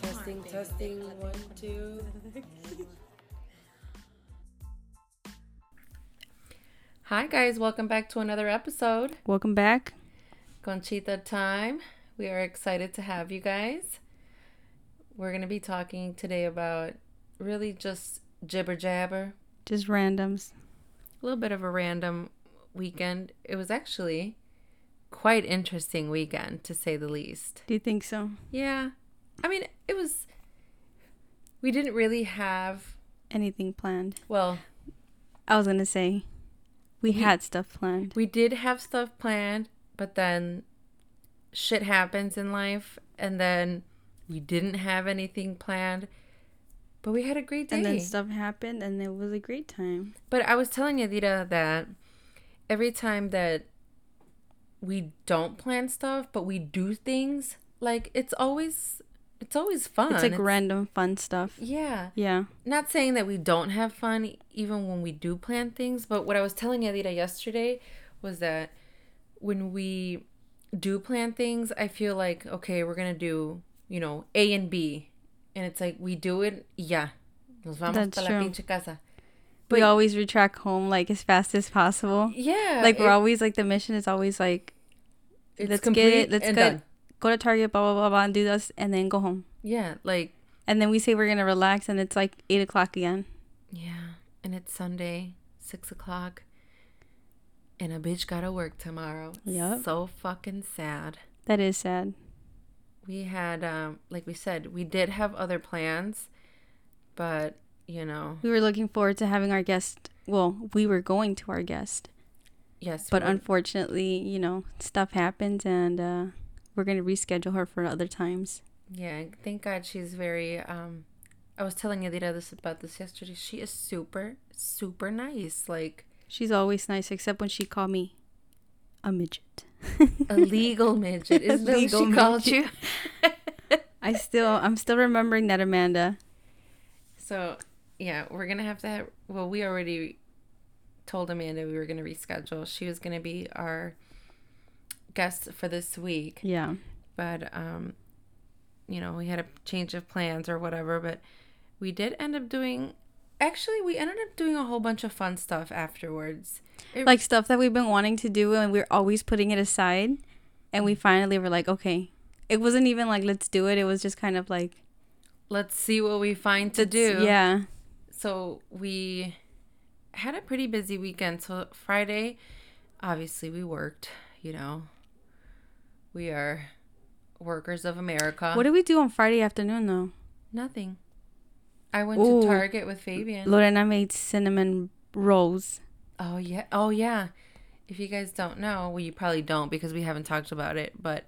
Testing, testing, one, two. Hi, guys. Welcome back to another episode. Welcome back. Conchita time. We are excited to have you guys. We're going to be talking today about really just jibber jabber, Just randoms. a little bit of a random weekend. It was actually quite interesting weekend to say the least. Do you think so? Yeah. I mean, it was we didn't really have Anything planned? well, I was gonna say we had stuff planned. we did have stuff planned, but then shit happens in life and then we didn't have anything planned. But we had a great day. And then stuff happened and it was a great time. But I was telling Yadira that every time that we don't plan stuff, but we do things, like it's always it's always fun. It's like random fun stuff. yeah. Yeah. Not saying that we don't have fun even when we do plan things, but what I was telling Yadira yesterday was that when we do plan things, I feel like okay, we're gonna do you know A and B, and it's like we do it, yeah. Nos vamos That's pa la true. pinche casa. we always retract home like as fast as possible. Yeah, like we're it- always like the mission is always like it's let's complete get it, let's and go done. go to Target, blah blah blah blah, and do this, and then go home. Yeah, like And then we say we're gonna relax, and it's like eight o'clock again. yeah, and it's Sunday, six o'clock, and a bitch gotta work tomorrow. Yup. so fucking sad. That is sad. we had um like we said we did have other plans but you know We were looking forward to having our guest. Well, we were going to our guest, yes but we- unfortunately, you know, stuff happens, and uh, we're gonna reschedule her for other times. yeah thank god she's very um i was telling Yadira this about this yesterday she is super super nice like She's always nice, except when she called me a midget. a legal midget isn't that what Legal she called midget. you I still, I'm still remembering that Amanda. so yeah we're gonna have to have well we already told amanda we were gonna reschedule she was gonna be our guest for this week Yeah, but um you know we had a change of plans or whatever but we did end up doing actually we ended up doing a whole bunch of fun stuff afterwards It- like stuff that we've been wanting to do, and we're always putting it aside, and we finally were like, okay, it wasn't even like let's do it. It was just kind of like let's see what we find to do Yeah, so we had a pretty busy weekend so friday obviously we worked you know we are workers of america what did we do on Friday afternoon though? nothing i went Ooh. to target with fabian Lorena made cinnamon rolls. Oh yeah. Oh yeah. If you guys don't know, well you probably don't because we haven't talked about it, but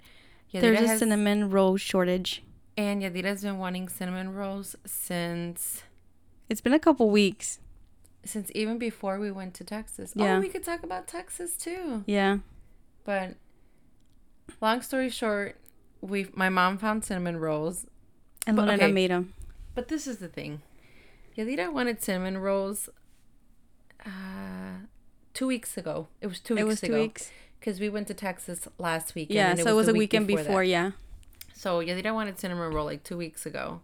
Yadira There's a has, cinnamon roll shortage. and Yadira's been wanting cinnamon rolls since It's been a couple weeks. since even before we went to Texas. Yeah. Oh, we could talk about Texas too. Yeah. But long story short, we my mom found cinnamon rolls, And But- Lorena okay. made them. but this is the thing. Yadira wanted cinnamon rolls uh 2 weeks ago. It was 2 weeks It was two ago weeks. cuz we went to Texas last weekend Yeah, and so it was the a week weekend before, that. yeah. So Yadira wanted cinnamon roll like two weeks ago.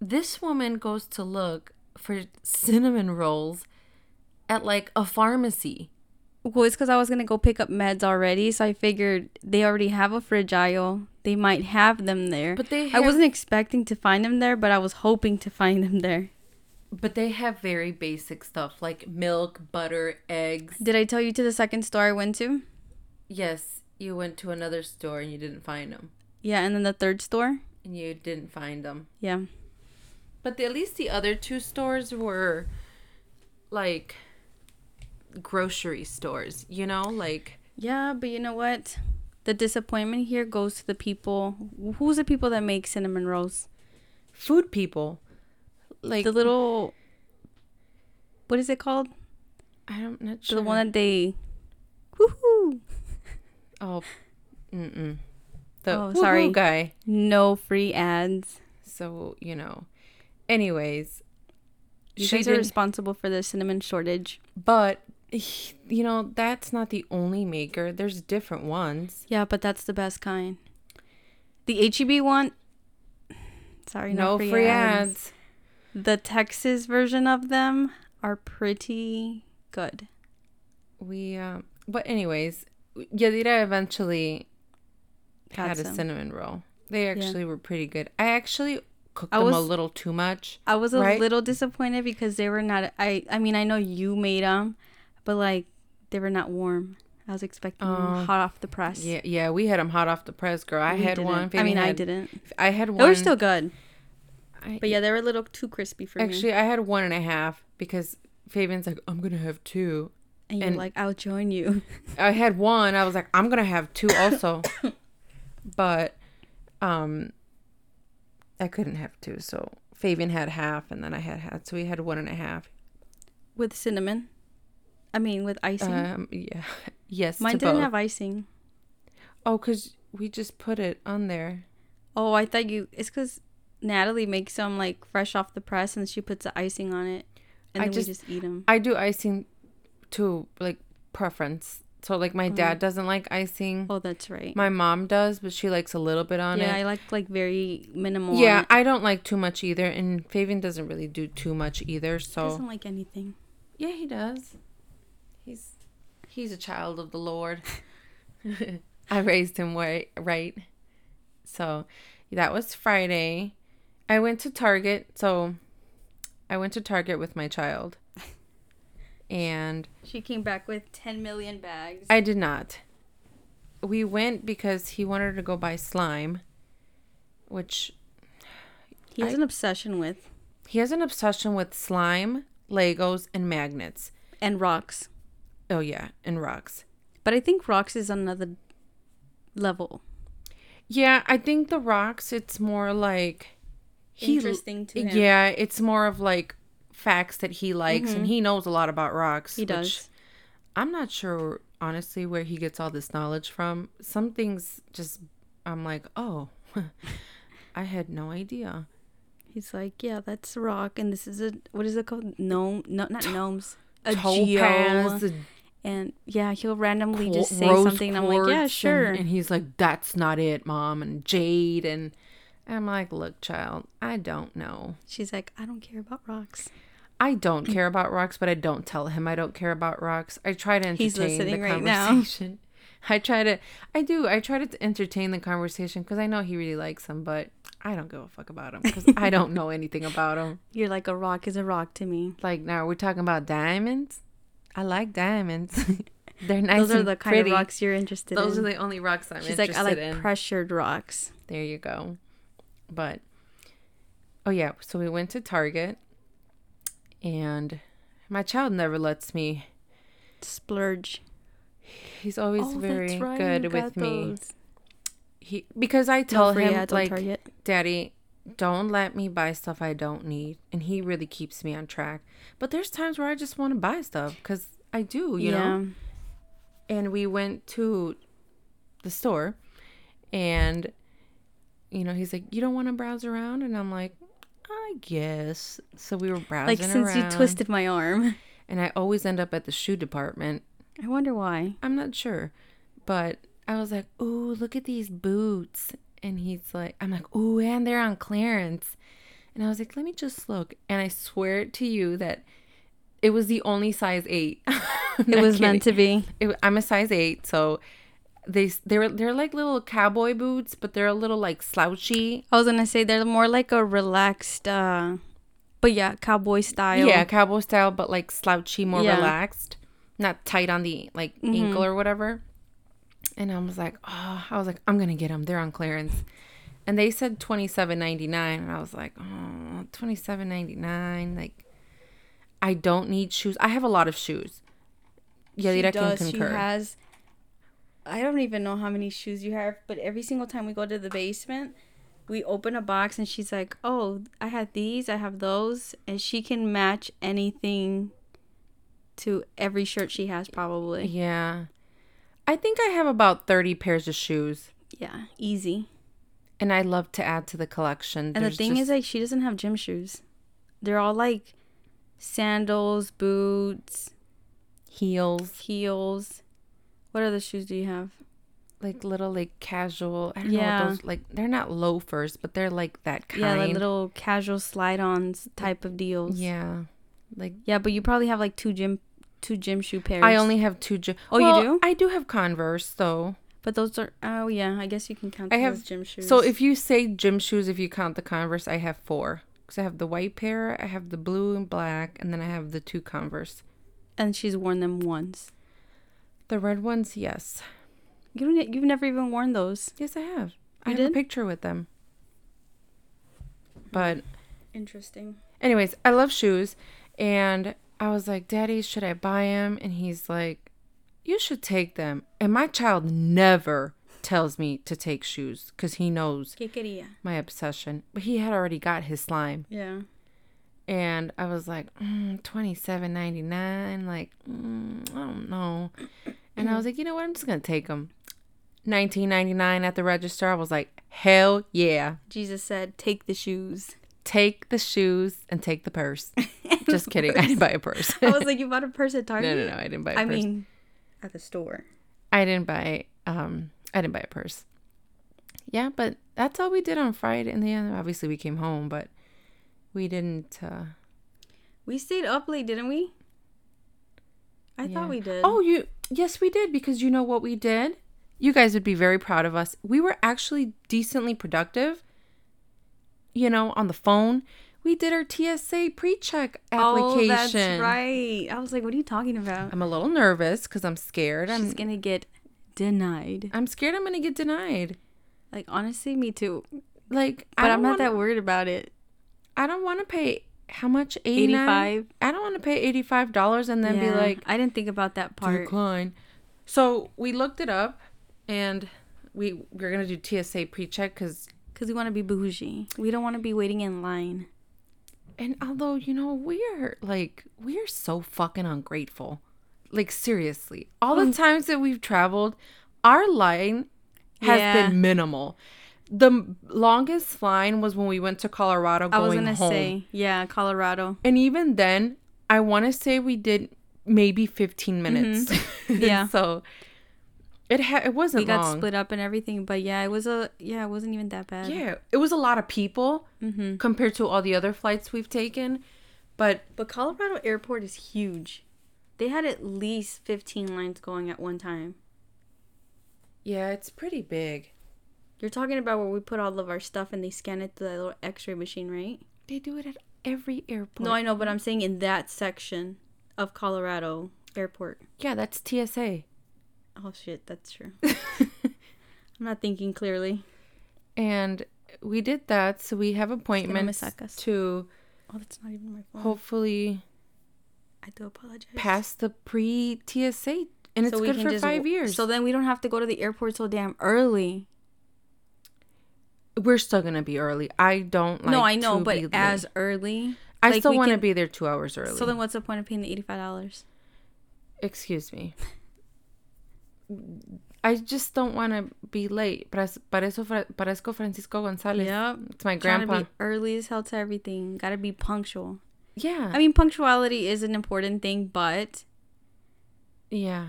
This woman goes to look for cinnamon rolls at like a pharmacy. Well, it's because I was gonna go pick up meds already, so I figured they already have a fridge aisle. They might have them there. But they I have- wasn't expecting to find them there, but I was hoping to find them there. But they have very basic stuff like milk, butter, eggs. Did I tell you to the second store I went to? Yes, you went to another store and you didn't find them. Yeah, and then the third store. And you didn't find them. Yeah, But the, at least the other two stores were like grocery stores, you know? Like, yeah, but you know what? The disappointment here goes to the people. Who's the people that make cinnamon rolls? food people. Like, The little, what is it called? I'm not sure. The one that they, woohoo! Oh, mm-mm. The Oh, oh, sorry. sorry guy. No free ads. So you know. Anyways, You she guys are did, responsible for the cinnamon shortage. but he- you know that's not the only maker. There's different ones. Yeah, but that's the best kind. The HEB one, E Sorry, No for free ads. The Texas version of them are pretty good. We, um, but anyways, Yadira eventually Got had some. a cinnamon roll. They actually were pretty good. I actually cooked I them a was- little too much. I was a Right? little disappointed because they were not. I I mean, I know you made them, but like they were not warm. I was expecting them Oh. hot off the press. Yeah, yeah, we had them hot off the press, girl. I We had didn't. one. I Fabian mean, I had- didn't. I had one. They were still good, I- but yeah, they were a little too crispy for me. actually, I had one and a half because Fabian's like, I'm gonna have two. And you're and- like, I'll join you. I had one. I was like, I'm gonna have two also, but um, I couldn't have two. So Fabian had half, and then I had half. So we had one and a half. with cinnamon. I mean, with icing. Um, yeah, yes. Mine to didn't both. have icing. Oh, cause we just put it on there. Oh, I thought you. It's because Natalie makes them like fresh off the press, and she puts the icing on it, and I then just- we just eat them. I do icing to like preference. So like my Mm-hmm. dad doesn't like icing. Oh, that's right. My mom does, but she likes a little bit Mm. on yeah, it. I like like very minimal. on yeah, it. I don't like too much either, and Fabian doesn't really do too much either. So doesn't like anything. Yeah, he does. He's he's a child of the Lord. I raised him right, right. So that was Friday. I went to Target. So I went to Target with my child. And She came back with ten million bags. I did not. We went because he wanted to go buy slime, which he has an obsession with he has an obsession with slime, Legos, and magnets. and rocks, Oh, yeah, and rocks. but I think rocks is another level. Yeah, I think the rocks. It's more like he, Interesting to him. Yeah, it's more of like facts that he likes, and he knows a lot about rocks. Mm-hmm. He does. I'm not sure honestly where he gets all this knowledge from. Some things just I'm like, oh, I had no idea. He's like, yeah, that's a rock, and this is a what is it called? Gnome? No, not gnomes. A Topaz, geo. And yeah, he'll randomly qu- just say rose something. And I'm like, yeah, quartz, sure. And, and he's like, that's not it, mom. And jade, and I'm like, look, child, I don't know. She's like, I don't care about rocks. I don't Mm. care about rocks, but I don't tell him I don't care about rocks. I try to entertain He's listening the right now. conversation. I try to, I do, I try to entertain the conversation because I know he really likes them, but I don't give a fuck about them because I don't know anything about them. You're like, a rock is a rock to me. Like now we're talking about diamonds. I like diamonds. They're nice. Those are and the kind pretty. of rocks you're interested Those are in. the only rocks I'm She's like, interested I like in. pressured rocks. There you go. But oh yeah, so we went to Target, and my child never lets me Splurge. He's always oh, very that's right. you good with got me. those. He because I No tell free him ads on like, Target. "Daddy, don't let me buy stuff I don't need," and he really keeps me on track. But there's times where I just want to buy stuff because I do, you yeah. know. And we went to the store, and you know he's like, "You don't want to browse around," and I'm like, "I guess." So we were browsing Like since around, you twisted my arm. and I always end up at the shoe department I wonder why. I'm not sure, but I was like, "Ooh, look at these boots," and he's like, "I'm like, ooh, and they're on clearance," and I was like, "Let me just look," and I swear to you that it was the only size eight. It was meant to be. It, I'm a size eight, so they s- they're they're like little cowboy boots, but they're a little like slouchy. I was gonna say they're more like a relaxed uh but yeah, cowboy style. Yeah, cowboy style, but like slouchy, more Yeah. Mm-hmm. relaxed, not tight on the like ankle or whatever. And I was like, oh, I was like, I'm gonna get them. They're on clearance, and they said twenty seven ninety nine, and I was like, oh, twenty seven ninety nine. Like, I don't need shoes. I have a lot of shoes. She Yadira can does. concur. She has. I don't even know how many shoes you have, but every single time we go to the basement, we open a box and she's like, "Oh, I have these. I have those," and she can match anything to every shirt she has, probably. yeah, I think I have about thirty pairs of shoes, Yeah, easy. and I love to add to the collection. And the thing is, like, she doesn't have gym shoes. They're all like sandals, boots, heels. heels. What other shoes do you have? like little like casual. I don't know Yeah. what those like. They're not loafers, but they're like that kind. Yeah, like little casual slide-ons type of deals. Yeah. Like Yeah, but you probably have like two gym two gym shoe pairs. I only have two. Ju- Oh, you Well, do? I do have Converse though. But those are oh yeah, I guess you can count I them have- as gym shoes. So if you say gym shoes, if you count the Converse, I have four. Cause I have the white pair, I have the blue and black, and then I have the two Converse. and she's worn them once. The red ones, yes, You don't, e, you've never even worn those. yes, I have. I You have a did? picture with them. But Interesting. anyways, I love shoes, and I was like, Daddy, should I buy them? And he's like, You should take them. And my child never tells me to take shoes because he knows ¿Qué quería? my obsession. But he had already got his slime. Yeah. and I was like, mm, twenty seven ninety nine. Like, mm, I don't know. And I was like, you know what? I'm just gonna take them. Nineteen ninety nine at the register. I was like, hell yeah, Jesus said, "Take the shoes." take the shoes and take the purse. just kidding. I didn't buy a purse. I no, was like, "You bought a purse at Target?" no, no. I didn't buy. a I purse. mean, at the store. I didn't buy. Um, I didn't buy a purse. Yeah, but that's all we did on Friday. In the end, obviously we came home, but we didn't. Uh, We stayed up late, didn't we? I Yeah. thought we did. Oh, you yes, we did because you know what we did. You guys would be very proud of us. We were actually decently productive. You know, on the phone, we did our TSA pre-check application. Oh, that's right. I was like, "What are you talking about?" I'm a little nervous because I'm scared. I'm She's gonna get denied. I'm scared I'm gonna get denied. Like honestly, me too. Like, But I I'm don't not wanna, that worried about it. I don't want to pay how much 85. 85. I don't want to pay eighty five dollars and then Yeah, be like, I didn't think about that part. decline. So we looked it up, and we we're gonna do TSA pre-check because Because we want to be bougie. We don't want to be waiting in line. And although, you know, we're like, we're so fucking ungrateful. Like, seriously, all the Mm. times that we've traveled, our line has Yeah. been minimal. The m- longest line was when we went to Colorado I was going going to home. say, yeah, Colorado. And even then, I want to say we did maybe 15 minutes. Mm-hmm. Yeah. so it, ha- it wasn't We got long. split up and everything. But yeah, it was a, yeah, it wasn't even that bad. Yeah. It was a lot of people Mm-hmm. compared to all the other flights we've taken. But But Colorado Airport is huge. They had at least 15 lines going at one time. yeah, it's pretty big. You're talking about where we put all of our stuff and they scan it to that little x ray machine, right? They do it at every airport. No, I know, but I'm saying in that section of Colorado Airport. yeah, that's TSA. Oh, shit, that's true. I'm not thinking clearly. and we did that, so we have appointments suck us. to Oh, that's not even my phone. hopefully I do apologize. pass the pre TSA, and it's we good can for just five w- years. So So then we don't have to go to the airport so damn early. we're still gonna be early. I don't like. no, I know, to but be late. as early. I like, still we want to can- be there two hours early. So then, what's the point of paying the eighty-five dollars? Excuse me. I just don't want to be late. Pare- Parezo Fra- parezco Francisco Gonzalez. Yep. It's my Grandpa. grandpa. to be early as hell to everything. Gotta be punctual. yeah. I mean, punctuality is an important thing, but yeah.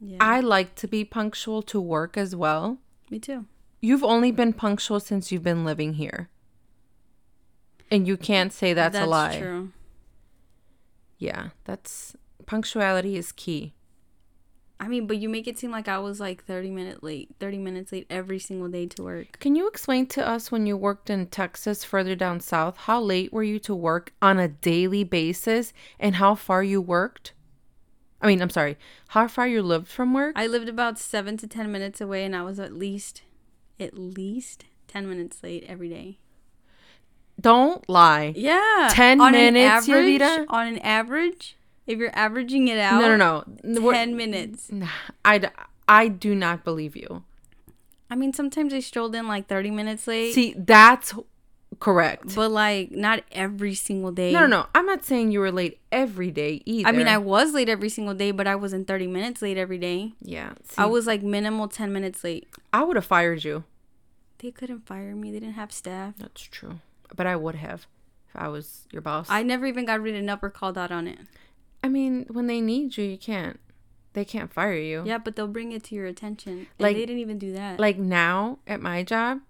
yeah, I like to be punctual to work as well. me too. You've only been punctual since you've been living here. And you can't say that's, a lie. True. Yeah, that's punctuality is key. I mean, but you make it seem like I was like thirty minute late, thirty minutes late every single day to work. Can you explain to us when you worked in Texas further down south, how late were you to work on a daily basis and how far you worked? I mean, I'm sorry, how far you lived from work? I lived about seven to ten minutes away, and I was at least, at least ten minutes late every day. Don't lie. Yeah. 10 on minutes, an average, Yadira? On an average, if you're averaging it out, No, no, no. We're- 10 minutes. Nah, I, d- I do not believe you. I mean, sometimes I strolled in like 30 minutes late, See, that's correct. but like not every single day. No, no, no. I'm not saying you were late every day either. I mean, I was late every single day, but I wasn't 30 minutes late every day. yeah. See, I was like minimal 10 minutes late. I would have fired you. They couldn't fire me. They didn't have staff. That's true. But I would have if I was your boss. I never even got written up or called out on it. I mean, when they need you, you can't. they can't fire you. Yeah, but they'll bring it to your attention. And Like- they didn't even do that. Like now at my job,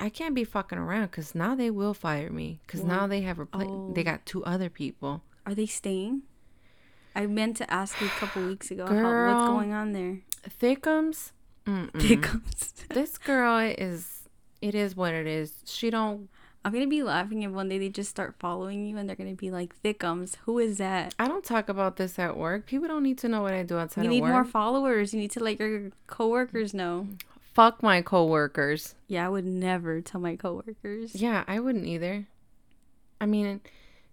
I can't be fucking around because now they will fire me because now they have repla- Oh. they got two other people. Are they staying? I meant to ask you a couple weeks ago how, Girl. what's going on there. Thickums, Mm-mm. Pickles. this girl is it is what it is. She don't. I'm gonna be laughing if one day they just start following you and they're gonna be like, "Thickums, who is that?" I don't talk about this at work. People don't need to know what I do outside You of need work. more followers. You need to let your coworkers Mm-hmm. know. Fuck my coworkers. Yeah, I would never tell my coworkers. Yeah, I wouldn't either. I mean,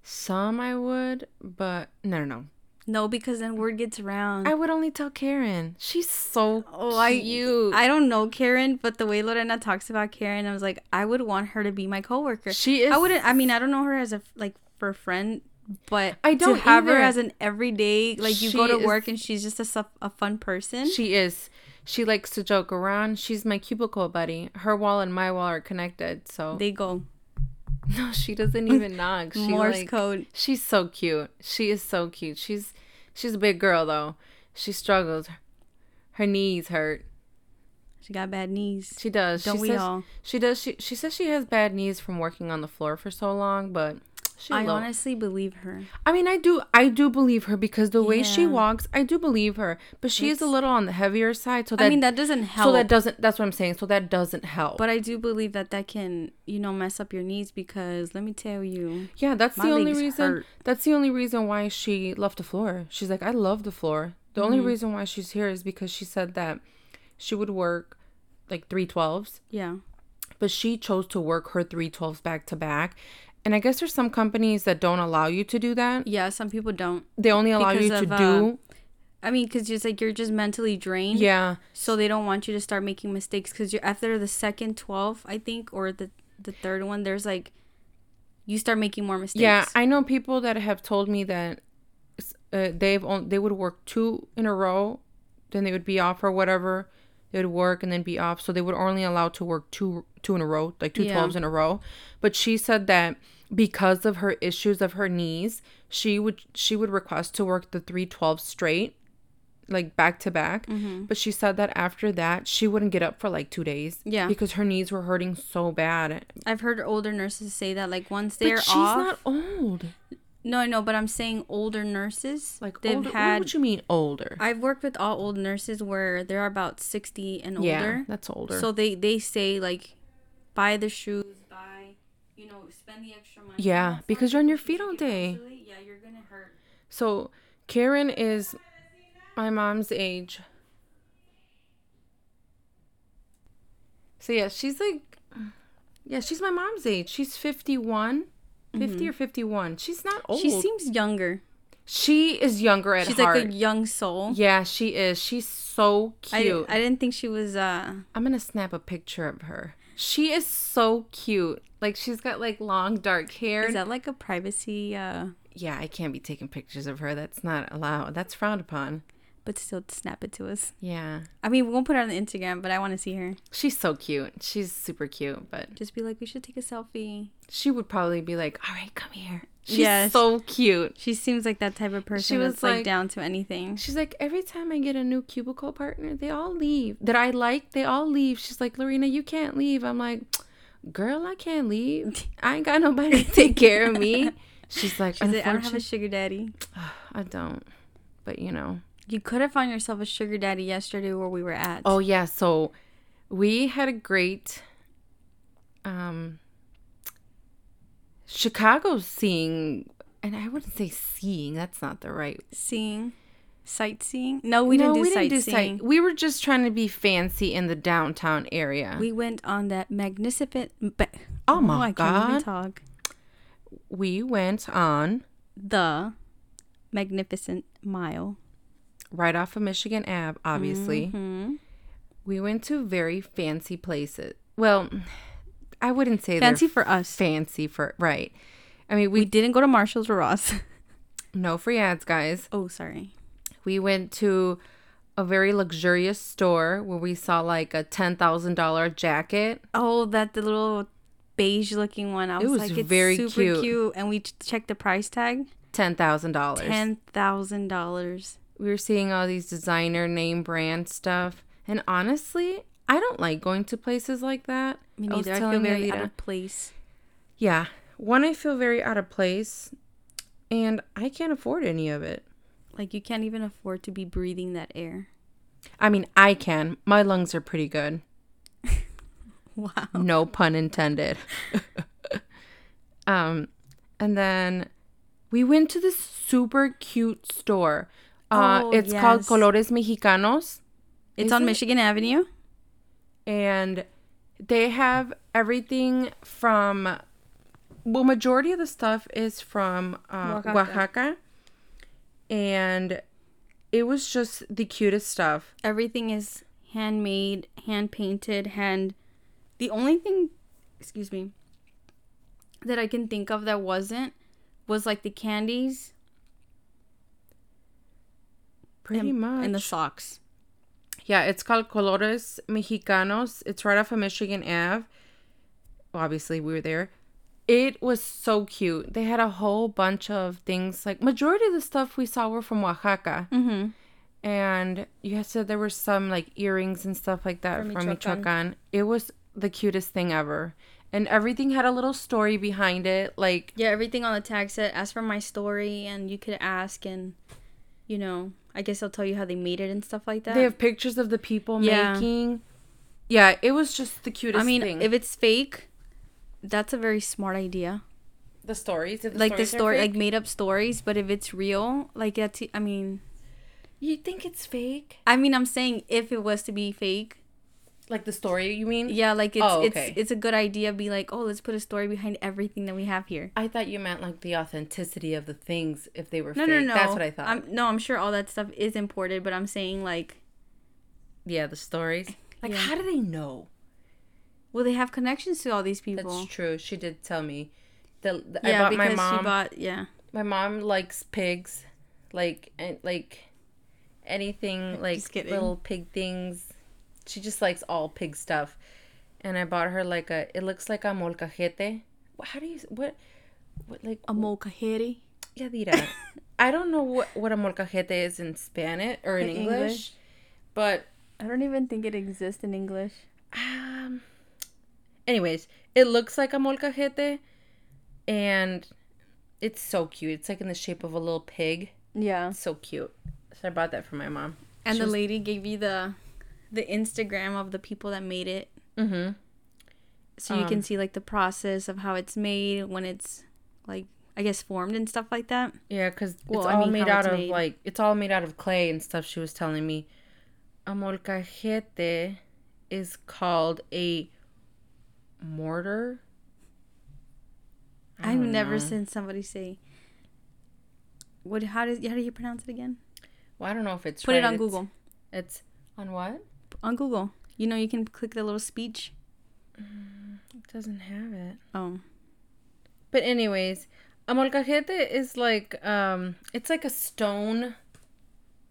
some I would, but no, no, no. No, because then word gets around. I would only tell Karen. She's so Oh, I cute. I don't know Karen, but the way Lorena talks about Karen, I was like, I would want her to be my coworker. she is. I wouldn't. I mean, I don't know her as a like for a friend, but I don't to have either. her as an everyday like you go She to is- work and she's just a, su- a fun person. She is. She likes to joke around. She's my cubicle buddy. Her wall and my wall are connected. So they go no, she doesn't even knock. She Morse like- code. She's so cute. She is so cute. She's she's a big girl though. She struggles. Her knees hurt. She got bad knees. She does. Don't she we says, all? She does. She she says she has bad knees from working on the floor for so long, but she. I I, honestly believe her. I mean, I do. I do believe her because the way she Yeah. walks, I do believe her. But she is a little on the heavier side, so that I mean, that doesn't help. so that doesn't. That's what I'm saying. So that doesn't help. but I do believe that that can you know mess up your knees because let me tell you. yeah, that's My the only legs reason. hurt. That's the only reason why she left the floor. She's like, I love the floor. The only Mm-hmm. reason why she's here is because she said that she would work like three twelves Yeah. but she chose to work her 312s back to back. And I guess there's some companies that don't allow you to do that. Yeah. Some people don't. They only allow you Because to of, uh, do I mean, because just like you're just mentally drained. yeah. So they don't want you to start making mistakes because you're after the second twelve, I think, or the the third one. There's like, you start making more mistakes. Yeah, I know people that have told me that uh, they've on, they would work two in a row, then they would be off or whatever. They would work and then be off, so they would only allow to work two two in a row, like two Yeah. 12s in a row. But she said that because of her issues of her knees, she would she would request to work the three 12s straight, like back to back. Mm-hmm. But she said that after that, she wouldn't get up for like two days. Yeah. because her knees were hurting so bad. I've heard older nurses say that like once But they're she's off. not old. No, I know, but I'm saying older nurses. Like they've older, what had. would you mean older? I've worked with all old nurses where they're about sixty and older. Yeah, that's older. So they they say like, buy the shoes, buy, you know, spend the extra money. Yeah, That's because not you're on good your because feet all you day. eventually- Yeah, you're gonna hurt. so Karen is my mom's age. So yeah, she's like yeah, she's my mom's age. She's 51. 50 or 51. She's not old. Mm-hmm. She seems younger. she is younger at She's heart. like a young soul. yeah, she is. She's so I, cute. I didn't think she was uh I'm gonna snap a picture of her. She is so cute. Like she's got like long dark hair. is that like a privacy uh yeah, I can't be taking pictures of her. That's not allowed. That's frowned upon. but still snap it to us. Yeah. I mean we won't put it on the Instagram, but I wanna see her. She's so cute. She's super cute, but Just be like, we should take a selfie. she would probably be like, "All right, come here." She's Yes. so cute. She seems like that type of person was that's like, like- down to anything. She's like, "Every time I get a new cubicle partner, they all leave. That I like, they all leave." She's like, "Lorena, you can't leave." I'm like, "Girl, I can't leave. I ain't got nobody to take care of me." She's like, She's like, I don't have a "Unfortunate- sugar daddy. I don't." But you know. You could have found yourself a sugar daddy yesterday where we were at. Oh yeah, so we had a great um Chicago seeing and I wouldn't say seeing, that's not the right. Seeing. Sightseeing? No, we No, didn't do sightseeing. sight- We were just trying to be fancy in the downtown area. we went on that magnificent. Ba- Oh my I can't God. even talk. we went on The magnificent mile. right off of Michigan Ave, obviously. Hmm. We went to very fancy places. Well, I wouldn't say they're Fancy for us. fancy for right. I mean, we, We didn't go to Marshall's or Ross. no free ads, guys. oh, sorry. We went to a very luxurious store where we saw like a ten thousand dollar jacket. Oh, that the little beige looking one. I was, was like, it's very super cute. cute. And we ch- checked the price tag Ten thousand dollars. $10,000. we were seeing all these designer name brand stuff. And honestly, I don't like going to places like that. Oh, Me I was neither. I, feel telling very Alita- out of place. Yeah. One, I feel very out of place, and I can't afford any of it. Like you can't even afford to be breathing that air. I mean, I can. My lungs are pretty good. Wow. No pun intended. um, and then we went to this super cute store. Uh, Oh, it's called yes. Colores Mexicanos, It's Is on it? Michigan Avenue. and they have everything from. Well, majority of the stuff is from uh, Oaxaca. Oaxaca, and it was just the cutest stuff. Everything is handmade, hand painted, hand. The only thing, excuse me, that I can think of that wasn't was like the candies Pretty and, much. and the socks. yeah, it's called Colores Mexicanos. It's right off of Michigan Ave. Well, obviously, we were there. It was so cute. They had a whole bunch of things. Like majority of the stuff we saw were from Oaxaca, Mm-hmm. and you had said there were some like earrings and stuff like that From from Michoacan. Michoacan. It was the cutest thing ever, and everything had a little story behind it. Like Yeah, everything on the tag said ask for my story, and you could ask, and you know, I guess they'll tell you how they made it and stuff like that. they have pictures of the people Yeah. making. Yeah, it was just the cutest. I mean, thing. if it's fake, that's a very smart idea. the stories, if like the stories are story, fake, like made up stories, but if it's real, like that's. I mean, You think it's fake? I mean, I'm saying if it was to be fake, Like the story, you mean? yeah, like it's Oh, okay. it's it's a good idea. Be like, oh, let's put a story behind everything that we have here. I thought you meant like the authenticity of the things if they were No, fake. no, no. That's what I thought. I'm, no, I'm sure all that stuff is imported, but I'm saying like, yeah, the stories. Like, Yeah. how do they know? well, they have connections to all these people. That's true. She did tell me. The, the- Yeah, I bought because my mom. she bought yeah. my mom likes pigs, like and like anything like kidding. little pig things. She just likes all pig stuff, and I bought her like a. It looks like a molcajete. Wh- How do you what? What like a molcajete. Yadira, I don't know what, what a molcajete is in Spanish or in, In English, English? but I don't even think it exists in English. um, anyways, it looks like a molcajete, and it's so cute. It's like in the shape of a little pig. Yeah. It's so cute. So I bought that for my mom. And She the was- lady gave you the the Instagram of the people that made it. Mm-hmm. So you can Um. see like the process of how it's made when it's like I guess formed and stuff like that. Yeah, because Well, it's I all mean, made how out it's of made. like it's all made out of clay and stuff. She was telling me, a molcajete is called a mortar. I I've don't never know. seen somebody say what how does how do you pronounce it again? Well, I don't know if it's Put it right. on It's- Google. It's on what? On Google. You know you can click the little speech. It doesn't have it. Oh. But anyways, a molcajete is like um, it's like a stone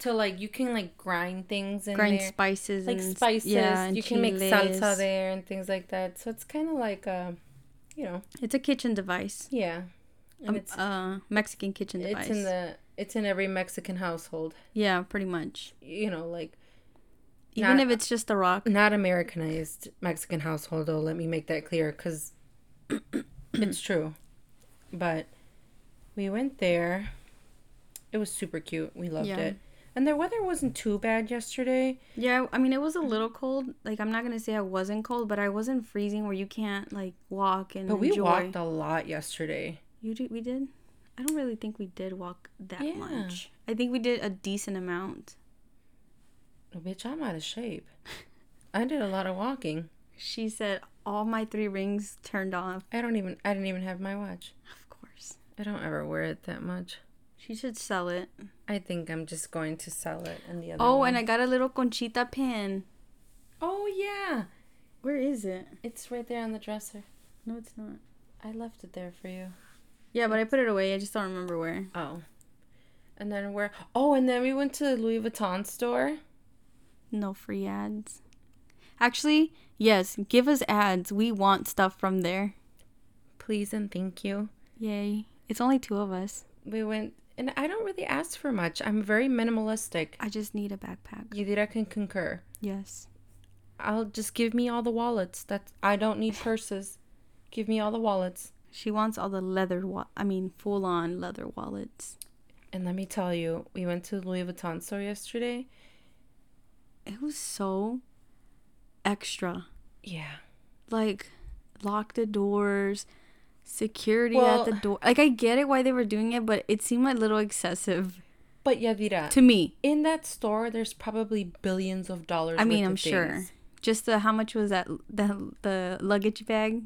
to like you can like grind things in Grind there. spices like and spices. Mm, and you can make salsa chiles. there and things like that. So it's kind of like a, you know, It's a kitchen device. yeah. And Um, it's uh Mexican kitchen device. it's in the it's in every Mexican household. yeah, pretty much. You know, like Even Not- if it's just the rock. not Americanized Mexican household. Though let me make that clear because it's true. But we went there. It was super cute. We loved Yeah. it. And their weather wasn't too bad yesterday. Yeah, I mean it was a little cold. Like I'm not gonna say I wasn't cold, but I wasn't freezing where you can't like walk and But we Mm, enjoy. walked a lot yesterday. You did. We did. I don't really think we did walk that Yeah. much. I think we did a decent amount. Bitch, I'm out of shape. I did a lot of walking. She said all my three rings turned off. I don't even. I didn't even have my watch. Of course. I don't ever wear it that much. She should sell it. I think I'm just going to sell it and the other. Oh, one- and I got a little conchita pin. oh yeah, Where is it? it's right there on the dresser. No, it's not. I left it there for you. Yeah, but I put it away. I just don't remember where. Oh, and then we're. Oh, and then we went to the Louis Vuitton store. No free ads. Actually, yes, give us ads. We want stuff from there. Please and thank you. Yay. It's only two of us. We went and I don't really ask for much. I'm very minimalistic. I just need a backpack. Yadira can concur. Yes. I'll just give me all the wallets. That's I don't need purses. give me all the wallets. She wants all the leather, wa- I mean, full on leather wallets. And let me tell you, we went to Louis Vuitton store yesterday. It was so extra. Yeah. Like, lock the doors, security Well- at the door. Like, I get it why they were doing it, but it seemed a little excessive But Yadira, to me. in that store, there's probably billions of dollars. I mean, worth I'm of sure. things. Just the, how much was that, the, the luggage bag?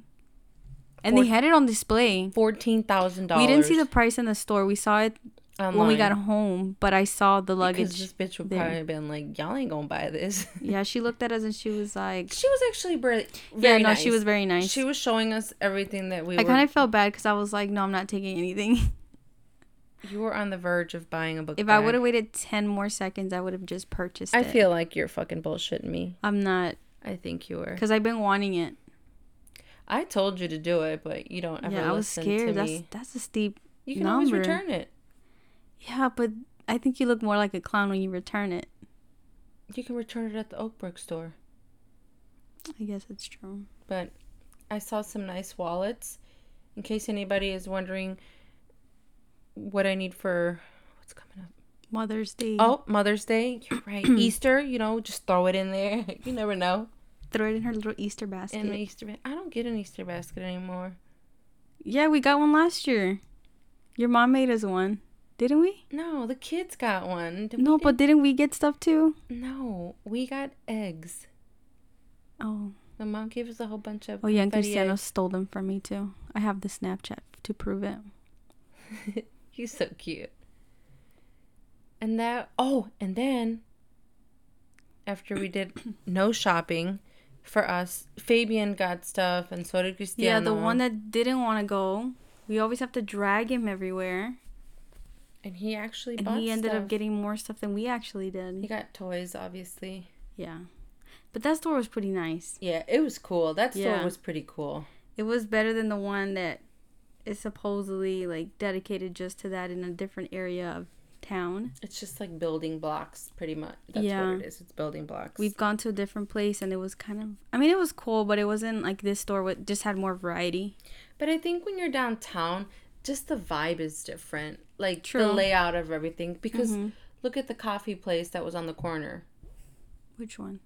And Four- they had it on display. fourteen thousand dollars. We didn't see the price in the store. We saw it when we got home, but I saw the Because luggage. this bitch would there. probably been like, y'all ain't gonna buy this. yeah, she looked at us and she was like, she was actually br- very. Yeah, no, she nice. was very nice. She was showing us everything that we I were. kind of felt bad because I was like, no, I'm not taking anything. You were on the verge of buying a book. if I would have waited 10 more seconds, I would have just purchased I it. feel like you're fucking bullshitting me. I'm not, I think you were. because I've been wanting it. I told you to do it, but you don't ever yeah, I was listen to scared. That's, me. that's a steep. You can always number. return it. Yeah, but I think you look more like a clown when you return it. You can return it at the Oakbrook store. I guess it's true. But I saw some nice wallets. In case anybody is wondering what I need for what's coming up. Mother's Day. Oh, Mother's Day. You're right. Easter, you know, just throw it in there. You never know. Throw it in her little Easter basket. And an Easter ba- I don't get an Easter basket anymore. yeah, we got one last year. Your mom made us one. Didn't we? No, the kids got one. Did we No, do- but didn't we get stuff too? no, we got eggs. Oh. The mom gave us a whole bunch of Oh yeah, and confetti Cristiano eggs. stole them from me too. I have the Snapchat to prove it. He's so cute. And that oh, and then after we did no shopping for us, Fabian got stuff and so did Cristiano. Yeah, the one that didn't want to go. We always have to drag him everywhere, and he actually and bought he ended up getting getting more stuff than we actually he did. got toys obviously. Yeah, but that store was pretty nice. Yeah, it was cool. That store Yeah. was pretty cool. It was better than the one that is supposedly like dedicated just to that in a different area of town. It's just like building blocks pretty much. That's Yeah. what it is. It's building blocks. We've gone to a different place, and it was kind of. I mean, it was cool, but it wasn't like this store. What just had more variety. But I think when you're downtown, just the vibe is different. Like True. the layout of everything. Because look at the coffee place that was on the corner. Which one?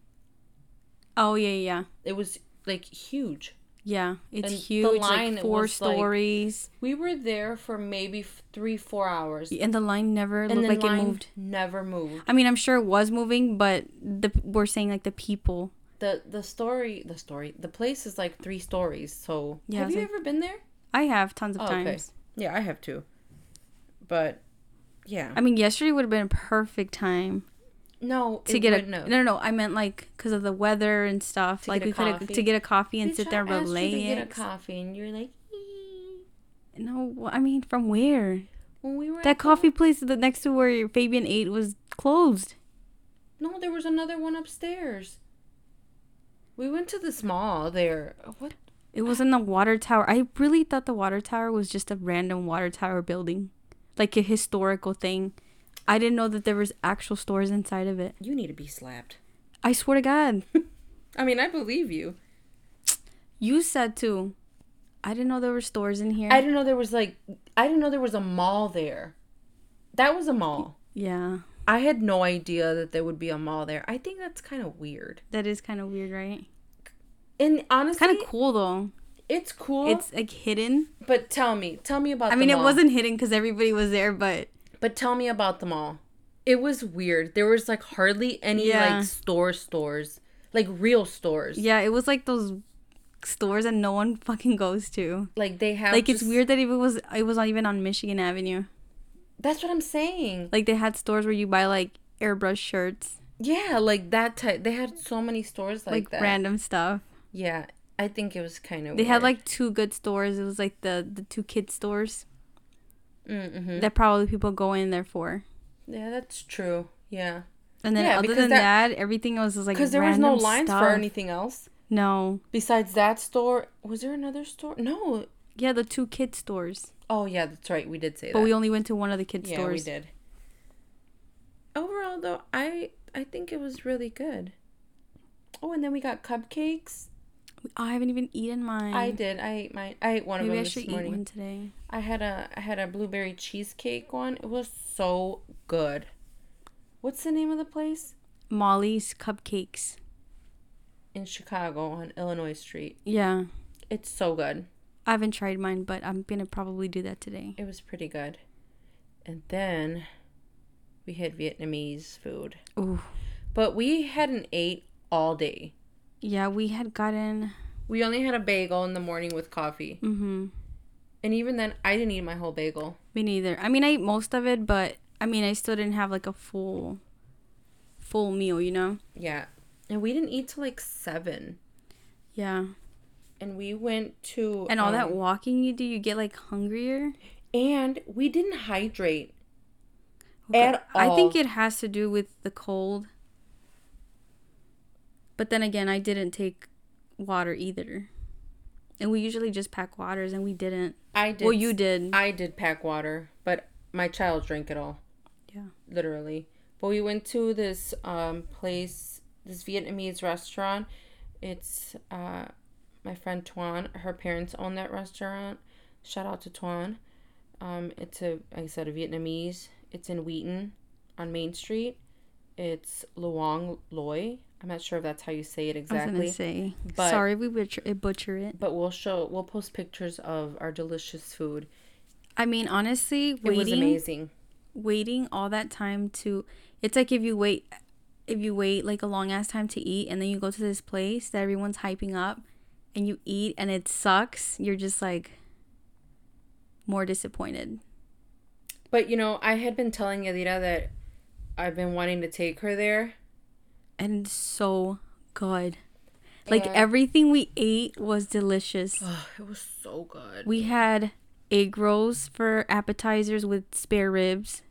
Oh yeah, yeah. It was like huge. Yeah, it's And the huge. line like four was, like- stories, We were there for maybe f- three, four hours, and the line never and the looked like line it moved. never moved. I mean, I'm sure it was moving, but the we're saying like the people. the The story, the story, the place is like three stories. So Yeah, have it's you like- ever been there? I have tons of Oh, okay. times. Yeah, I have too. But yeah, I mean, yesterday would have been a perfect time no, to it get a would- no. no, no. I meant like because of the weather and stuff. To like get a we could coffee. to get a coffee and Bitch, sit there and I asked you to relay get a it. coffee, and you're like, "Ee." no, well, I mean from where? when we were That at the- coffee place that next to where Fabian ate was closed. No, there was another one upstairs. We went to this mall there. What? It was in the water tower. I really thought the water tower was just a random water tower building, like a historical thing. I didn't know that there was actual stores inside of it. You need to be slapped. I swear to God, I mean, I believe you. you said too. I didn't know there were stores in here. I didn't know there was like I didn't know there was a mall there. That was a mall. yeah, I had no idea that there would be a mall there. I think that's kind of weird. that is kind of weird, right? And honestly, Kind of cool though. it's cool. It's like hidden. but tell me, tell me about. I the mean, it mall. wasn't hidden because everybody was there, but But tell me about the mall. It was weird. There was like hardly any Yeah. like store stores, like real stores. yeah, it was like those stores that no one fucking goes to. Like they have Like it's just- weird that it was it was not even on Michigan Avenue. That's what I'm saying. Like they had stores where you buy like airbrush shirts, Yeah, like that type. They had so many stores like, like, that. random stuff. Yeah, I think it was kind of. They had like two good stores. It was like the the two kid stores Mm-hmm. that probably people go in there for. Yeah, that's true. Yeah, And then Yeah, other because than that, everything else was like because there was no random lines for stuff. anything else No, besides that store. Was there another store? No, yeah, the two kid stores. Oh yeah, that's right. We did say But that. we only went to one of the kid yeah, stores. we did. Overall, though, I I think it was really good. Oh, and then we got cupcakes. I haven't even eaten mine. I did. I ate mine. I ate one of Maybe them I this should morning. eat one today. I had a I had a blueberry cheesecake one. It was so good. What's the name of the place Molly's cupcakes. in Chicago on Illinois Street? Yeah. It's so good. I haven't tried mine, but I'm gonna probably do that today. It was pretty good. And then we had Vietnamese food, Ooh. but we hadn't ate all day. Yeah, we had gotten We only had a bagel in the morning with coffee, mm-hmm. and even then, I didn't eat my whole bagel. Me neither. I mean I ate most of it, but I mean I still didn't have like a full full meal, you know? Yeah, and we didn't eat till like seven, Yeah. and we went to And all that um, walking you do, you get like hungrier. and we didn't hydrate. Okay. At I think all. it has to do with the cold. But then again, I didn't take water either. And we usually just pack waters and we didn't. I did. well, you did. I did pack water, but my child drank it all. Yeah. Literally. But we went to this um place, this Vietnamese restaurant. It's uh my friend Tuan. Her parents own that restaurant. Shout out to Tuan. Um, it's a like I said a Vietnamese. It's in Wheaton on Main Street. It's Luong Loi. I'm not sure if that's how you say it I was exactly. gonna say. But- Sorry, we butcher, I butcher it. But we'll show we'll post pictures of our delicious food. I mean, honestly, It was waiting, amazing. waiting all that time to, it's like if you wait, if you wait like a long ass time to eat, and then you go to this place that everyone's hyping up, and you eat and it sucks. You're just like more disappointed. But you know, I had been telling Yadira that I've been wanting to take her there. and so good. Like Yeah. everything we ate was delicious. Oh, it was so good. We had egg rolls for appetizers with spare ribs.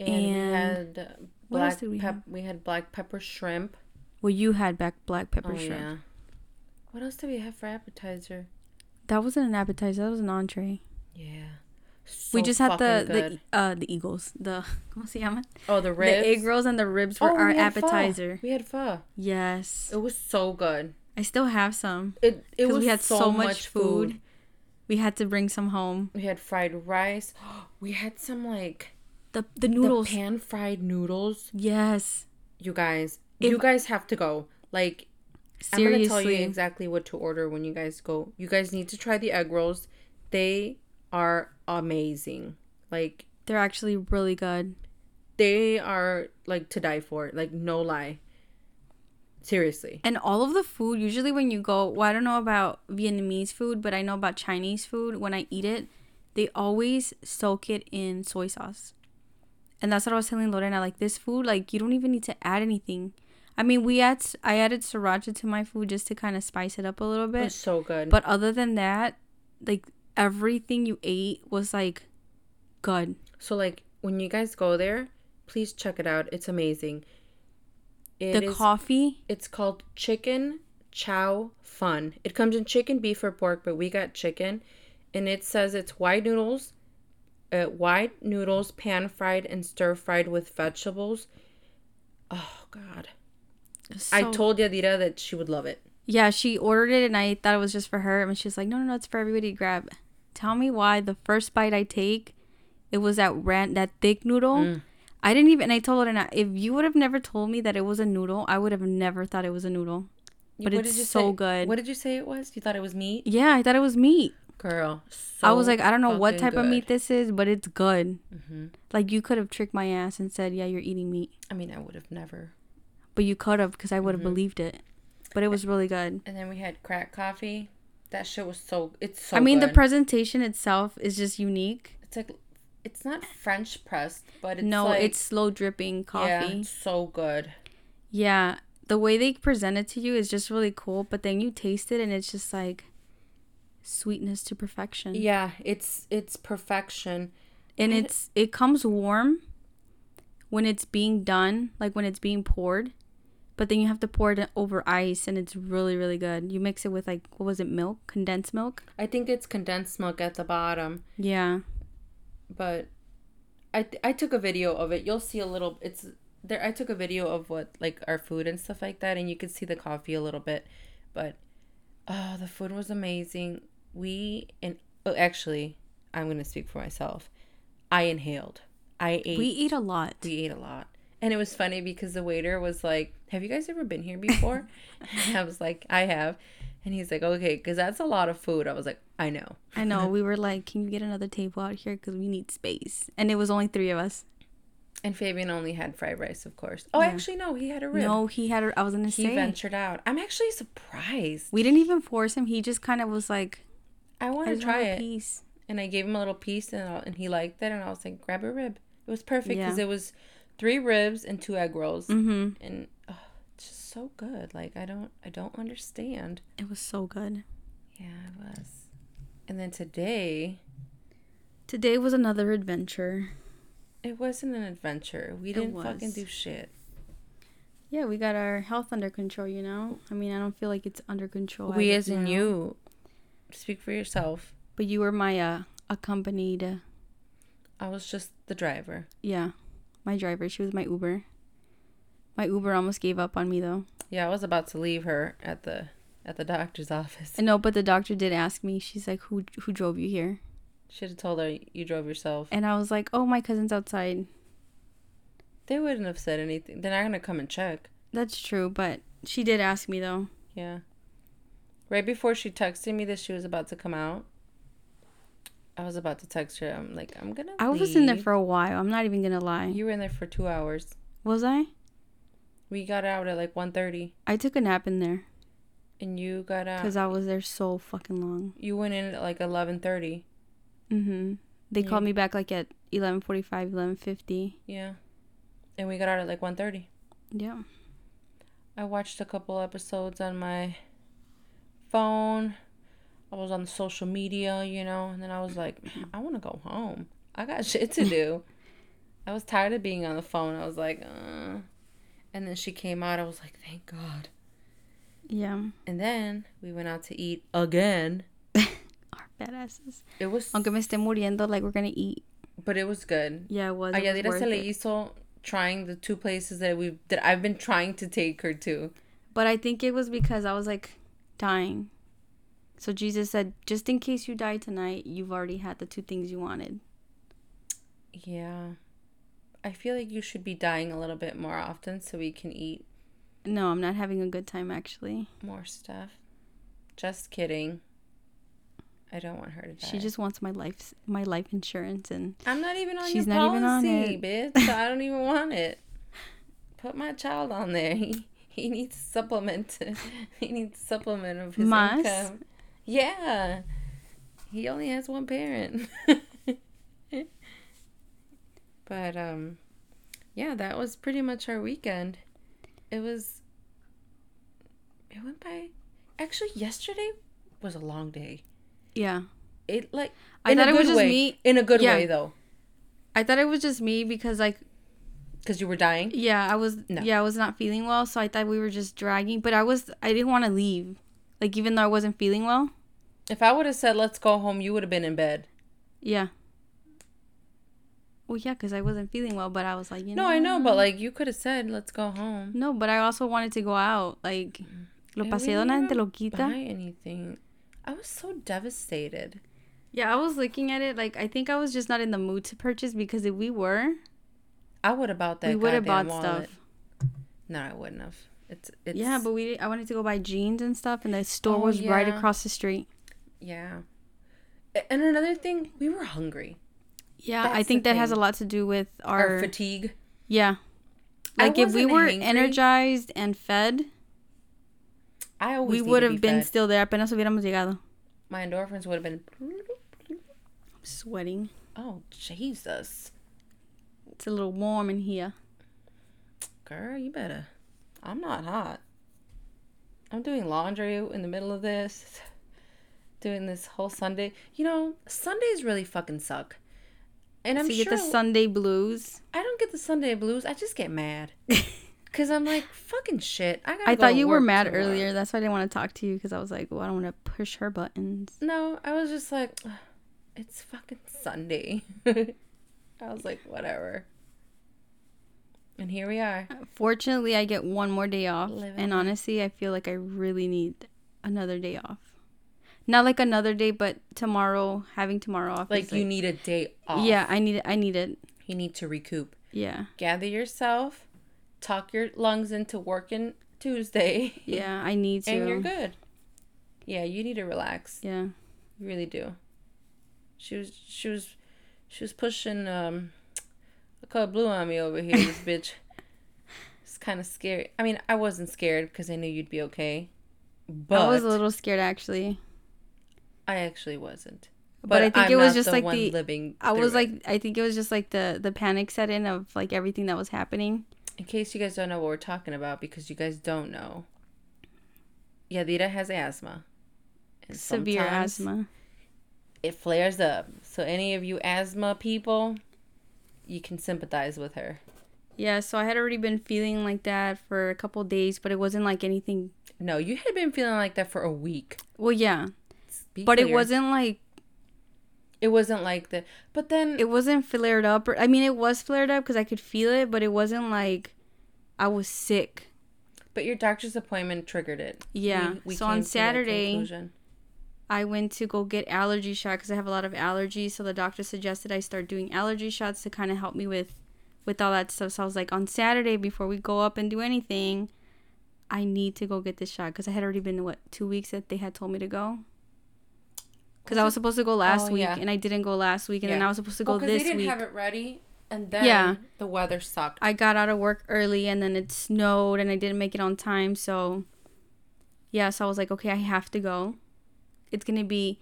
and, and- we had What else black did we pep- have? we had black pepper shrimp. Well, you had back black pepper oh shrimp. yeah. What else did we have for appetizer? That wasn't an appetizer. That was an entree. Yeah. So we just had the fucking good. the uh the eagles. The ¿cómo se llaman? oh the ribs. The egg rolls and the ribs Oh, were our we had pho. appetizer. We had pho. Yes, It was so good. I still have some. It it 'Cause was we had so, much food. We had to bring some home. We had fried rice. We had some like The the noodles. noodles. the pan fried noodles. yes, You guys, If- you guys have to go. Like seriously. I'm gonna tell you exactly what to order when you guys go. You guys need to try the egg rolls. They are amazing. Like They're actually really good. they are like to die for. Like no lie. Seriously. And all of the food, usually when you go, well, I don't know about Vietnamese food, but I know about Chinese food. When I eat it, they always soak it in soy sauce. And that's what I was telling Lorena. Like this food, like you don't even need to add anything. I mean, we add I added sriracha to my food just to kind of spice it up a little It's bit. so good. But other than that, like everything you ate was like good. so like when you guys go there, please check it out. It's amazing. It the is- coffee, it's called Chicken Chow Fun. It comes in chicken, beef, or pork, but we got chicken. And it says it's white noodles, uh, white noodles pan fried and stir fried with vegetables. Oh, God. is I so- told Yadira that she would love it. Yeah, she ordered it and I thought it was just for her. And she was like, no, no, no, it's for everybody to grab. Tell me why the first bite I take, it was that ran that thick noodle. Mm. I didn't even, and I told her, and I- if you would have never told me that it was a noodle, I would have never thought it was a noodle. But What it's did you so say- good. What did you say it was? You thought it was meat? Yeah, I thought it was meat. Girl. So I was like, I don't know what fucking type good. of Mm-hmm. meat this is, but it's good. Like, you could have tricked my ass and said, yeah, you're eating meat. I mean, I would have never. But you could have, because I Mm-hmm. would have believed it. But it was really good. And then we had crack coffee. That shit was so. It's so. I mean, the good. presentation itself is just unique. It's like. It's not French pressed, but it's no, like- it's slow dripping coffee. Yeah, it's so good. Yeah, the way they present it to you is just really cool, but then you taste it and it's just like sweetness to perfection. Yeah, it's it's perfection. And it's it comes warm when it's being done, like when it's being poured, but then you have to pour it over ice and it's really really good you mix it with like what was it milk condensed milk I think it's condensed milk at the bottom, yeah but I I took a video of it. You'll see a little. It's there. I took a video of what like our food and stuff like that, and you could see the coffee a little bit, but oh, the food was amazing. We and oh, actually, I'm gonna speak for myself. I inhaled. I ate. we eat a lot We ate a lot. And it was funny because the waiter was like, Have you guys ever been here before? and I was like, I have. And he's like, Okay, because that's a lot of food. I was like, I know. i know we were like can you get another table out here because we need space and it was only three of us And Fabian only had fried rice, of course. Oh, actually, no, he had a rib. no he had a, i was gonna he say ventured out. I'm actually surprised. we didn't even force him he just kind of was like I want i to just try want a it. piece And I gave him a little piece and, I, and he liked it. And I was like, Grab a rib. It was perfect because Yeah. it was three ribs and two egg rolls. mm-hmm And oh, it's just so good. Like, I don't, I don't understand. it was so good Yeah, it was. And then today, today was another adventure it wasn't an adventure. We didn't fucking was. do shit. yeah we got our health under control you know i mean i don't feel like it's under control we, of as in now. you, speak for yourself. but you were my uh accompanied uh, I was just the driver. Yeah, my driver. She was my Uber. My Uber almost gave up on me though. Yeah, I was about to leave her at the at the doctor's office. I know, but the doctor did ask me. She's like, "Who who drove you here?" Should have told her you drove yourself. And I was like, "Oh, my cousin's outside." They wouldn't have said anything. They're not gonna come and check. That's true, but she did ask me though. Yeah. Right before she texted me that she was about to come out, I was about to text her. I'm like, I'm gonna. I was in there leave. for a while. I'm not even gonna lie. You were in there for two hours. Was I? We got out at like 1.30 I took a nap in there and you got out. because I was there so fucking long. You went in at like eleven thirty. Mhm. They Yeah. called me back like at 11:45, 11:50. Yeah. And we got out at like one thirty. Yeah. I watched a couple episodes on my phone. I was on social media, you know, and then I was like, "Man, I want to go home. I got shit to do. I was tired of being on the phone. I was like, uh. And then she came out. I was like, thank God. Yeah. And then we went out to eat again. Our badasses. It was, Aunque me esté muriendo, like we're gonna eat. but it was good. Yeah, it was. A It was Yadira worth se le it. hizo trying the two places that we that I've been trying to take her to. But I think it was because I was like dying. So Jesus said, just in case you die tonight, you've already had the two things you wanted. Yeah. I feel like you should be dying a little bit more often so we can eat No, I'm not having a good time actually. more stuff. Just kidding. I don't want her to die. She just wants my life my life insurance and I'm not even on she's your not even on policy, it. bitch. I don't even want it. Put my child on there. He, he needs supplement. he needs supplement of his Mas? income. Yeah. He only has one parent. but um yeah, that was pretty much our weekend. It was it went by actually yesterday was a long day. yeah. It like I in a thought it was good just way. me. in a good Yeah. way though. I thought it was just me because like Because you were dying. yeah, I was No. yeah, I was not feeling well, so I thought we were just dragging, but I was I didn't want to leave. Like even though I wasn't feeling well. If I would have said let's go home, you would have been in bed. Yeah. Well, yeah, because I wasn't feeling well, but I was like, you know, No, I know, but like you could have said let's go home. No, but I also wanted to go out. Like, Yeah, lo we paseo de didn't nadie te lo Buy quita. anything. I was so devastated. Yeah, I was looking at it. Like, I think I was just not in the mood to purchase because if we were, I would have bought that. we would have bought goddamn wallet. stuff. No, I wouldn't have. It's, it's Yeah, but we. I wanted to go buy jeans and stuff, and the store Oh, was right yeah. across the street. yeah. A- And another thing, we were hungry. Yeah, I That's think the that has a thing. lot to do with our. Our fatigue. yeah. I Like if we wasn't were hangry. energized and fed, I always we need to would have be been fed. still there. Apenas hubiéramos llegado. My endorphins would have been. I'm sweating. Oh Jesus, It's a little warm in here. girl, you better. I'm not hot. I'm doing laundry in the middle of this. Doing this whole Sunday. You know, Sundays really fucking suck. And I'm so you sure get the Sunday blues. I don't get the Sunday blues. I just get mad. Because I'm like, fucking shit. I, gotta I go thought to you were work mad tomorrow." earlier. That's why I didn't want to talk to you because I was like, well, I don't want to push her buttons. No, I was just like, "Ugh, it's fucking Sunday. I was like, whatever. And here we are. Uh, Fortunately, I get one more day off. Living And honestly, I feel like I really need another day off. Not like another day, but tomorrow, having tomorrow off. Like, is, you need a day off. Yeah, I need it. I need it. You need to recoup. Yeah. Gather yourself, talk your lungs into working Tuesday, Yeah, I need to. and you're good. Yeah, you need to relax. Yeah. You really do. She was she was she was pushing um a code blue on me over here, this bitch. It's kinda scary. I mean, I wasn't scared because I knew you'd be okay. But I was a little scared actually. I actually wasn't. But, I think it was just the like one the- living I was through it. like, I think it was just like the the panic set in of like everything that was happening. in case you guys don't know what we're talking about, because you guys don't know. Yadira has asthma. And Severe sometimes asthma. It flares up. So any of you asthma people, you can sympathize with her. Yeah, so I had already been feeling like that for a couple days, but it wasn't like anything. No, you had been feeling like that for a week. Well, yeah, Be but it clear. wasn't like It wasn't like the. But then it wasn't flared up. Or, I mean, it was flared up because I could feel it, but it wasn't like I was sick. but your doctor's appointment triggered it. Yeah. so came on to that Saturday, conclusion. I went to go get allergy shot because I have a lot of allergies. So the doctor suggested I start doing allergy shots to kind of help me with with all that stuff. So I was like, on Saturday before we go up and do anything, I need to go get this shot because I had already been what two weeks that they had told me to go. Because I was supposed to go last Oh, week yeah. and I didn't go last week, and then Yeah. I was supposed to go Well, Oh, 'cause this they didn't week. have it ready, and then Yeah. the weather sucked. I got out of work early and then it snowed and I didn't make it on time. So, yeah, so I was like, okay, I have to go. It's going to be,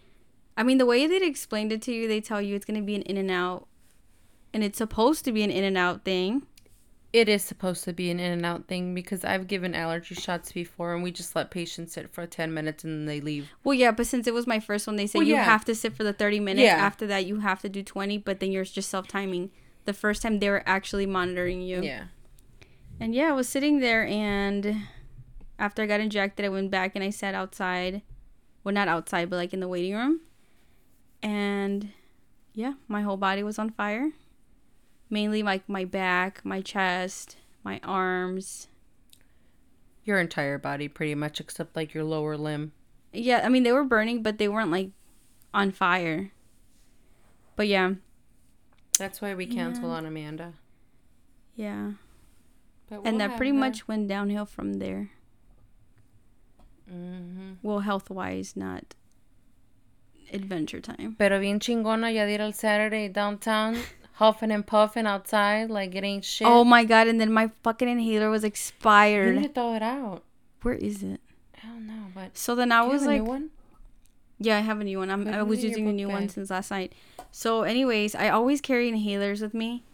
I mean, the way they explained it to you, they tell you it's going to be an in and out. And it's supposed to be an in and out thing. It is supposed to be an in and out thing because I've given allergy shots before, and we just let patients sit for ten minutes and then they leave. Well, yeah, but since it was my first one, they said Well, you yeah. have to sit for the 30 minutes. Yeah. After that, you have to do 20, but then you're just self timing. The first time they were actually monitoring you. Yeah. And yeah, I was sitting there, and after I got injected, I went back and I sat outside. Well, not outside, but like in the waiting room. And yeah, my whole body was on fire. Mainly like my back, my chest, my arms. Your entire body, pretty much, except like your lower limb. Yeah, I mean, they were burning, but they weren't like on fire. But yeah, That's why we cancel on Amanda. yeah. But and that pretty much went downhill from there. Mm-hmm. Well, health wise, not adventure time. Pero bien chingona, Yadira, el Saturday downtown, huffing and puffing outside like it ain't shit. Oh my god, and then my fucking inhaler was You need expired. to throw it out. Where is it? I don't know, but So then I Do you was have a like, new one. yeah, I have a new one. I'm, Put I it was in your using a book new one bag. since last night. So, anyways, I always carry inhalers with me.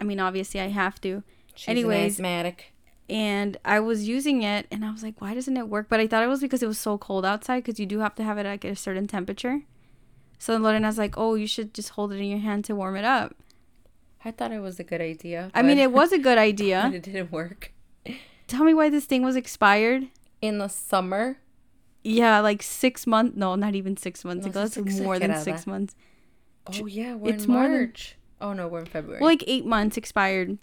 I mean, obviously, I have to. She's Anyways. an asthmatic. And I was using it, and I was like, why doesn't it work? But I thought it was because it was so cold outside, because you do have to have it at like, a certain temperature. So then Lorena's like, oh, you should just hold it in your hand to warm it up. I thought it was a good idea. I mean, but- it was a good but idea. it didn't work. Tell me why this thing was expired. In the summer, Yeah, like six months. No, not even six months No, ago. That's it's like more than exagerada. six months. oh yeah, we're it's in more than- March. Oh no, we're in February. Well, like eight months expired.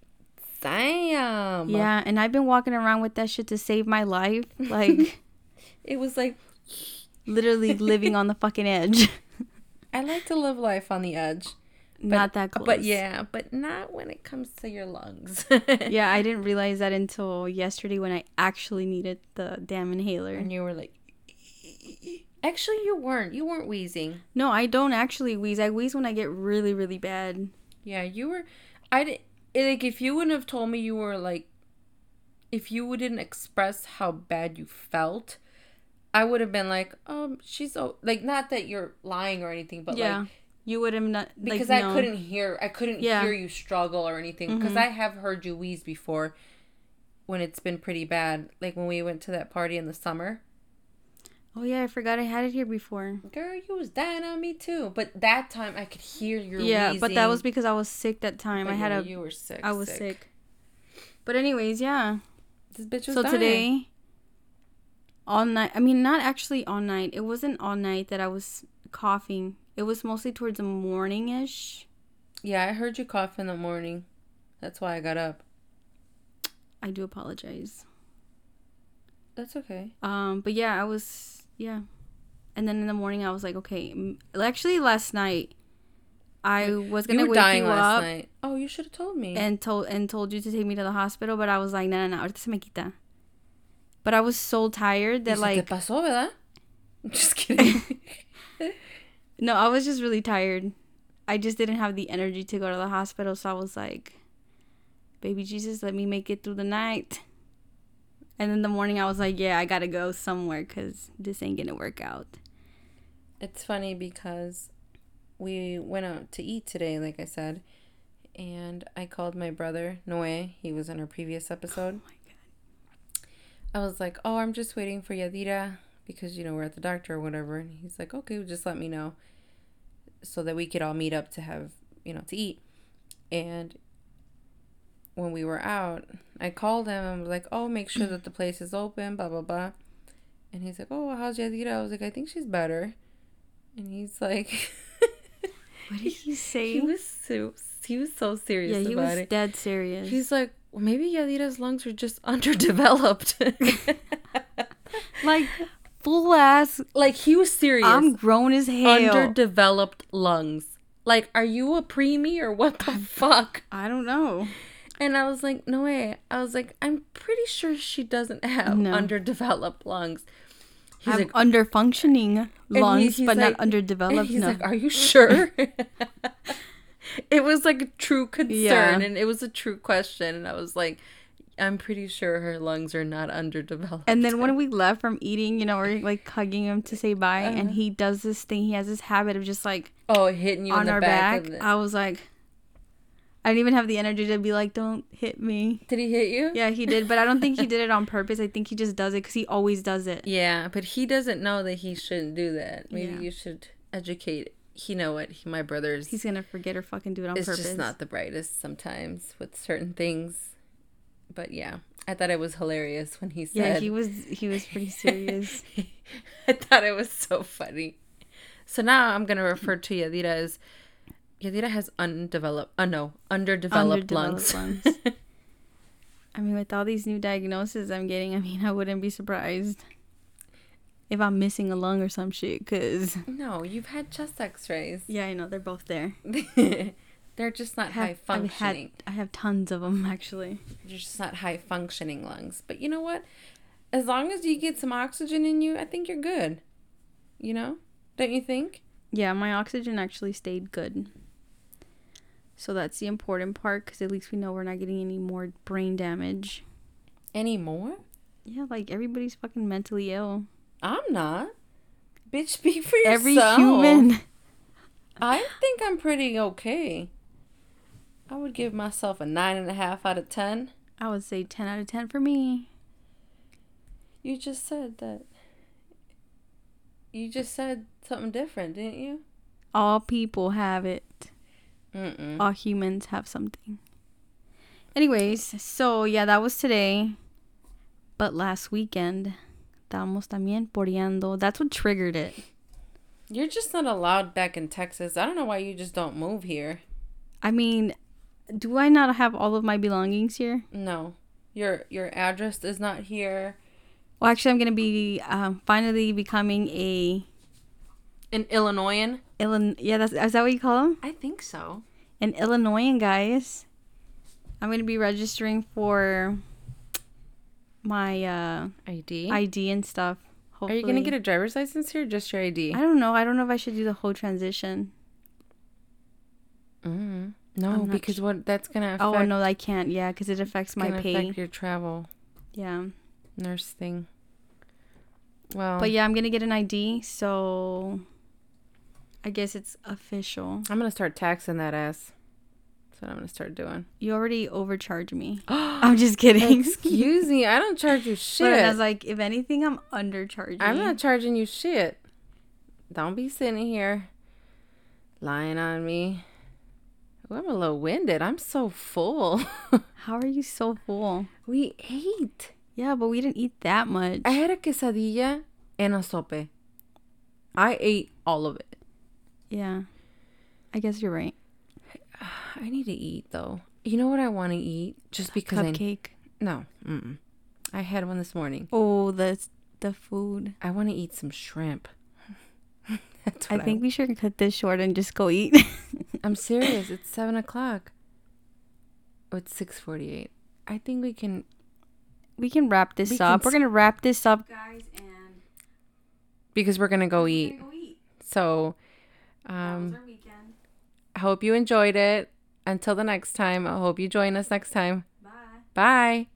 Damn. Yeah, and I've been walking around with that shit to save my life. Like, It was like literally living on the fucking edge. I like to live life on the edge, Not that close. but yeah, but not when it comes to your lungs. Yeah, I didn't realize that until yesterday when I actually needed the damn inhaler. And you were like, actually, you weren't. You weren't wheezing. No, I don't actually wheeze. I wheeze when I get really, really bad. Yeah, you were. I did, like if you wouldn't have told me you were like, if you wouldn't express how bad you felt, I would have been like, um, she's o like not that you're lying or anything, but yeah. like you would have not. because I couldn't hear, I couldn't Yeah. Mm-hmm. hear you struggle or anything because I have heard you wheeze before when it's been pretty bad, like when we went to that party in the summer. Oh, yeah, I forgot I had it here before. Girl, you was dying on me too, but that time I could hear your yeah, but that wheezing. was because I was sick that time. But I had yeah, a you were sick. I was sick. But anyways, yeah. This bitch was so dying. today all night i mean not actually all night it wasn't all night that i was coughing it was mostly towards the morning-ish Yeah, I heard you cough in the morning. That's why I got up. i do apologize That's okay. um but yeah i was yeah and then in the morning i was like okay m- actually last night i was gonna you were wake dying you last up night. Oh, you should have told me. and told and told you to take me to the hospital but i was like no no no ahorita se me quita but i was so tired that Y se like te pasó, ¿verdad? I'm just kidding. No, I was just really tired. I just didn't have the energy to go to the hospital, so I was like, "Baby Jesus, let me make it through the night." And in the morning, I was like, "Yeah, I gotta go somewhere because this ain't gonna work out." It's funny because we went out to eat today, like I said, and I called my brother, Noe. He was in our previous episode. Oh my god! I was like, Oh, I'm just waiting for Yadira because, you know, we're at the doctor or whatever. And he's like, Okay, well, just let me know so that we could all meet up to have, you know, to eat. And when we were out, I called him and was like, Oh, make sure that the place is open, blah, blah, blah. And he's like, Oh, how's Yadira? I was like, I think she's better. And he's like, What did he say? He was so he was so serious yeah, he about was it. dead serious. He's like, well, maybe Yadira's lungs are just underdeveloped. like full ass. like he was serious. I'm grown as hell. underdeveloped lungs. Like, are you a preemie or what the fuck? I don't know. And I was like, no way. I was like, I'm pretty sure she doesn't have No. underdeveloped lungs. He's I'm like, under functioning he- lungs, he's but like- not underdeveloped. And he's no. like, "Are you sure?" it was like a true concern, Yeah. and it was a true question. And I was like, "I'm pretty sure her lungs are not underdeveloped." And then when we left from eating, you know, we're like hugging him to say bye, Uh-huh. and he does this thing. He has this habit of just like oh, hitting you in on the our back. back. of the- I was like, I didn't even have the energy to be like, don't hit me. Did he hit you? Yeah, he did, but I don't think he did it on purpose. I think he just does it because he always does it. Yeah, but he doesn't know that he shouldn't do that. Maybe Yeah. you should educate. He know it. He, my brother's. He's gonna forget or fucking do it on it's purpose. just not the brightest sometimes with certain things. But yeah, I thought it was hilarious when he said. yeah, he was he was pretty serious. I thought it was so funny. So now I'm gonna refer to Yadira as Yadira has undeveloped, uh, no, underdeveloped, lungs. Underdeveloped lungs. I mean, with all these new diagnoses I'm getting, I mean, I wouldn't be surprised if I'm missing a lung or some shit. Cause no, you've had chest X-rays. yeah, I know they're both there. They're just not high I've had functioning. I have tons of them actually. They're just not high functioning lungs. But you know what? As long as you get some oxygen in you, I think you're good. You know, don't you think? Yeah, my oxygen actually stayed good. So that's the important part because at least we know we're not getting any more brain damage. Any more? Yeah, like everybody's fucking mentally ill. I'm not. Bitch, speak for yourself. Every human. I think I'm pretty okay. I would give myself a nine and a half out of ten. I would say 10 out of 10 for me. You just said that. You just said something different, didn't you? All people have it. Mm-mm. All humans have something. Anyways, so yeah, that was today. But last weekend, estábamos también poreando. That's what triggered it. You're just not allowed back in Texas. I don't know why you just don't move here. I mean, do I not have all of my belongings here? No, your your address is not here. Well, actually, I'm gonna be um, finally becoming a An Illinoisan? Illinois. Yeah, that's is that what you call them? I think so. An Illinoisan, guys. I'm gonna be registering for my uh, ID. ID and stuff. Are Hopefully. you gonna get a driver's license here? Or just your ID? I don't know. I don't know if I should do the whole transition. mm. I'm No, not because su- what that's gonna affect, oh no, I can't. Yeah, because it affects my gonna pay. affect your travel yeah, nurse thing. Well, but yeah, I'm gonna get an ID. So I guess it's official. I'm gonna start taxing that ass. That's what I'm gonna start doing. You already overcharge me. I'm just kidding. Excuse me, I don't charge you But I shit. was like, if anything, I'm undercharging. I'm not charging you shit. Don't be sitting here lying on me. Ooh, I'm a little winded. I'm so full. How are you so full? we ate. Yeah, but we didn't eat that much. I had a quesadilla and a sope. I ate all of it. yeah. I guess you're right. I need to eat though. You know what I want to eat? Just because I Cupcake. no. Mm-mm. I had one this morning. Oh, the the food. I want to eat some shrimp. That's I what I think we should cut this short and just go eat. I'm serious. It's seven o'clock. Oh, it's six forty-eight. I think we can. we can wrap this We can up. We're s- gonna wrap this up, guys, and because we're gonna go eat. go eat. So, um, I hope you enjoyed it. Until the next time, I hope you join us next time. Bye. Bye.